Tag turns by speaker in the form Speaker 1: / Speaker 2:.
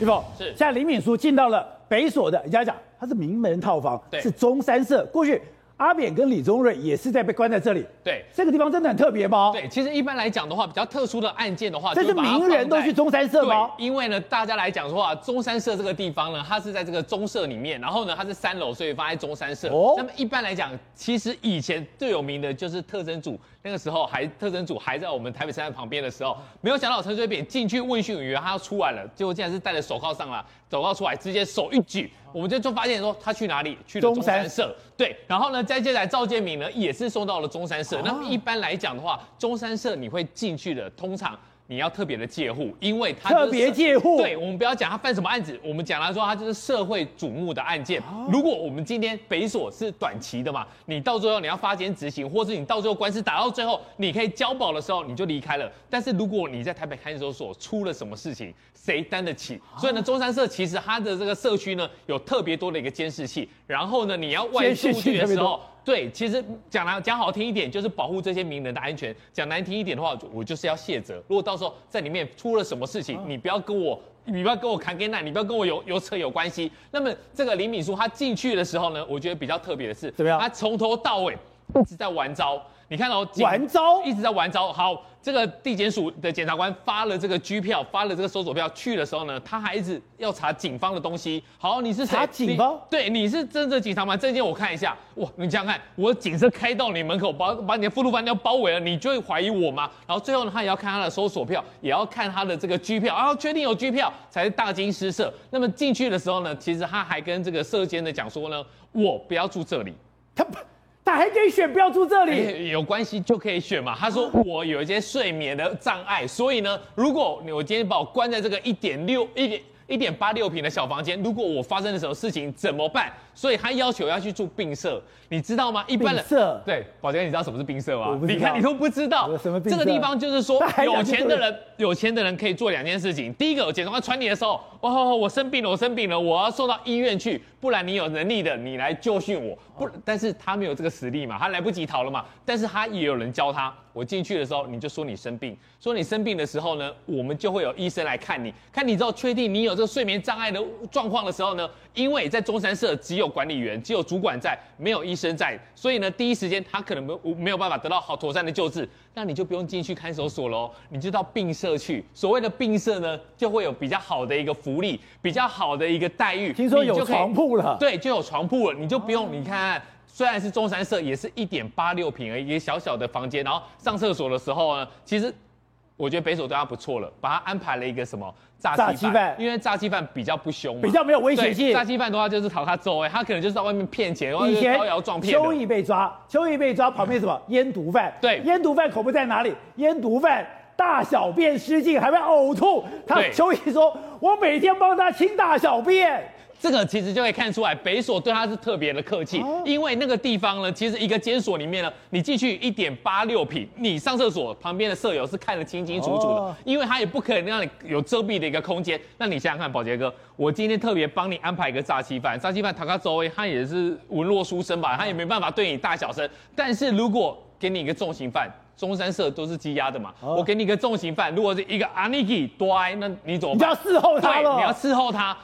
Speaker 1: 玉凤
Speaker 2: 是
Speaker 1: 现在林敏淑进到了北所的，人家讲她是名门套房，
Speaker 2: 对
Speaker 1: 是中山社。过去阿扁跟李宗瑞也是在被关在这里，
Speaker 2: 对
Speaker 1: 这个地方真的很特别吗？
Speaker 2: 对，其实一般来讲的话，比较特殊的案件的话，
Speaker 1: 这是
Speaker 2: 就把它
Speaker 1: 名人都
Speaker 2: 放在
Speaker 1: 去中山社吗
Speaker 2: 对因为呢，大家来讲说啊，中山社这个地方呢，它是在这个中社里面，然后呢，它是三楼，所以放在中山社。
Speaker 1: 哦
Speaker 2: 那么一般来讲，其实以前最有名的就是特征组，那个时候还特征组还在我们台北车站旁边的时候，没有想到陈水扁进去问讯委员，他要出来了，结果竟然是戴着手铐上来，手铐出来，直接手一举，我们就就发现说他去哪里，去了
Speaker 1: 中
Speaker 2: 中
Speaker 1: 山
Speaker 2: 山社。对，然后呢，再接下来赵建明呢也是送到了中山社。那么一般来讲的话，中山社你会进去的，通常。你要特别的戒护，因为他就是
Speaker 1: 特别戒护
Speaker 2: 对，我们不要讲他犯什么案子，我们讲他说他就是社会瞩目的案件。
Speaker 1: 哦
Speaker 2: 如果我们今天北所是短期的嘛，你到最后你要发监执行，或是你到最后官司打到最后，你可以交保的时候你就离开了。但是如果你在台北看守所出了什么事情，谁担得起？
Speaker 1: 哦
Speaker 2: 所以呢，中山社其实它的这个社区呢有特别多的一个监视器，然后呢你要外
Speaker 1: 监
Speaker 2: 出去的
Speaker 1: 视器特别
Speaker 2: 时
Speaker 1: 多
Speaker 2: 候。对，其实讲来讲好听一点，就是保护这些名人的安全；讲难听一点的话，我就是要卸责。如果到时候在里面出了什么事情，
Speaker 1: 嗯
Speaker 2: 你不要跟我，你不要跟我扛跟那，你不要跟我有有扯有关系。那么这个林敏淑她进去的时候呢，我觉得比较特别的是，
Speaker 1: 怎么样
Speaker 2: 她从头到尾一直在玩招。你看哦，警
Speaker 1: 玩招
Speaker 2: 一直在玩招。好，这个地检署的检察官发了这个拘票，发了这个搜索票，去的时候呢，他还一直要查警方的东西。好，你是谁
Speaker 1: 查警
Speaker 2: 你
Speaker 1: 方
Speaker 2: 对，你是真的警察吗？证件我看一下。哇，你想想看，我警车开到你门口，把把你的附录饭店包围了，你就会怀疑我吗？然后最后呢，他也要看他的搜索票，也要看他的这个居票，然后确定有居票才是大惊失色。那么进去的时候呢，其实他还跟这个社监的讲说呢，我不要住这里。
Speaker 1: 她不，她还可以选不要住这里。啊
Speaker 2: 哎有关系就可以选嘛。他说我有一些睡眠的障碍，所以呢，如果你我今天把我关在这个一点六一点。一点八六平的小房间，如果我发生了什么事情怎么办？所以他要求要去住病舍，你知道吗？一般人
Speaker 1: 病舍
Speaker 2: 对，宝杰，你知道什么是病舍
Speaker 1: 我
Speaker 2: 吗？
Speaker 1: 不知道
Speaker 2: 你看你都不知道
Speaker 1: 我什么病
Speaker 2: 这
Speaker 1: 舍
Speaker 2: 个地方就是说
Speaker 1: 他还
Speaker 2: 有
Speaker 1: 想去
Speaker 2: 钱
Speaker 1: 住
Speaker 2: 的人。有钱的人可以做两件事情。第一个，检察官传你的时候，哦，我生病了，我生病了，我要送到医院去，不然你有能力的，你来教训我。不，但是他没有这个实力嘛，他来不及逃了嘛。但是他也有人教他。我进去的时候，你就说你生病，说你生病的时候呢，我们就会有医生来看你，看你之后确定你有这个睡眠障碍的状况的时候呢，因为在中山社只有管理员、只有主管在，没有医生在，所以呢，第一时间他可能没有没有办法得到好妥善的救治，那你就不用进去看守所喽，你就到病社去。所谓的病社呢，就会有比较好的一个福利，比较好的一个待遇，
Speaker 1: 听说
Speaker 2: 你就
Speaker 1: 有
Speaker 2: 可以
Speaker 1: 床铺了，
Speaker 2: 对，就有床铺了，你就不
Speaker 1: 哦
Speaker 2: 用。你看，虽然是中山社，也是一点八六平而已，一个小小的房间。然后上厕所的时候呢，其实我觉得北所对他不错了，把他安排了一个什么炸
Speaker 1: 炸鸡
Speaker 2: 鸡
Speaker 1: 饭
Speaker 2: 饭，因为炸鸡饭比较不凶嘛，
Speaker 1: 比较没有危
Speaker 2: 对
Speaker 1: 险性
Speaker 2: 炸。鸡饭的话就是讨他周哎，他可能就是在外面骗钱，然后
Speaker 1: 以
Speaker 2: 就是
Speaker 1: 前
Speaker 2: 招摇撞骗的。
Speaker 1: 邱毅被抓，邱毅被抓，旁边什么烟毒贩？
Speaker 2: 对
Speaker 1: 烟毒贩恐怖在哪里？烟毒贩大小便失禁，还会呕吐。他
Speaker 2: 对
Speaker 1: 邱毅说：“我每天帮他清大小便。
Speaker 2: 这个其实就可以看出来，北所对他是特别的客气，
Speaker 1: 哦
Speaker 2: 因为那个地方呢，其实一个监所里面呢，你进去一点八六平，你上厕所旁边的舍友是看得清清楚楚的，
Speaker 1: 哦
Speaker 2: 因为他也不可能让你有遮蔽的一个空间。那你想想看，宝杰哥，我今天特别帮你安排一个炸鸡饭，炸鸡饭塔卡周威他也是文弱书生吧，他也没办法对你大小声，但是如果给你一个重刑犯。中山社都是羁押的嘛，
Speaker 1: 哦
Speaker 2: 我给你一个重刑犯，如果是一个阿尼基多埃，那你怎”么
Speaker 1: 你就
Speaker 2: 办
Speaker 1: 要？伺候他
Speaker 2: 对，
Speaker 1: 了。
Speaker 2: 你要伺候他。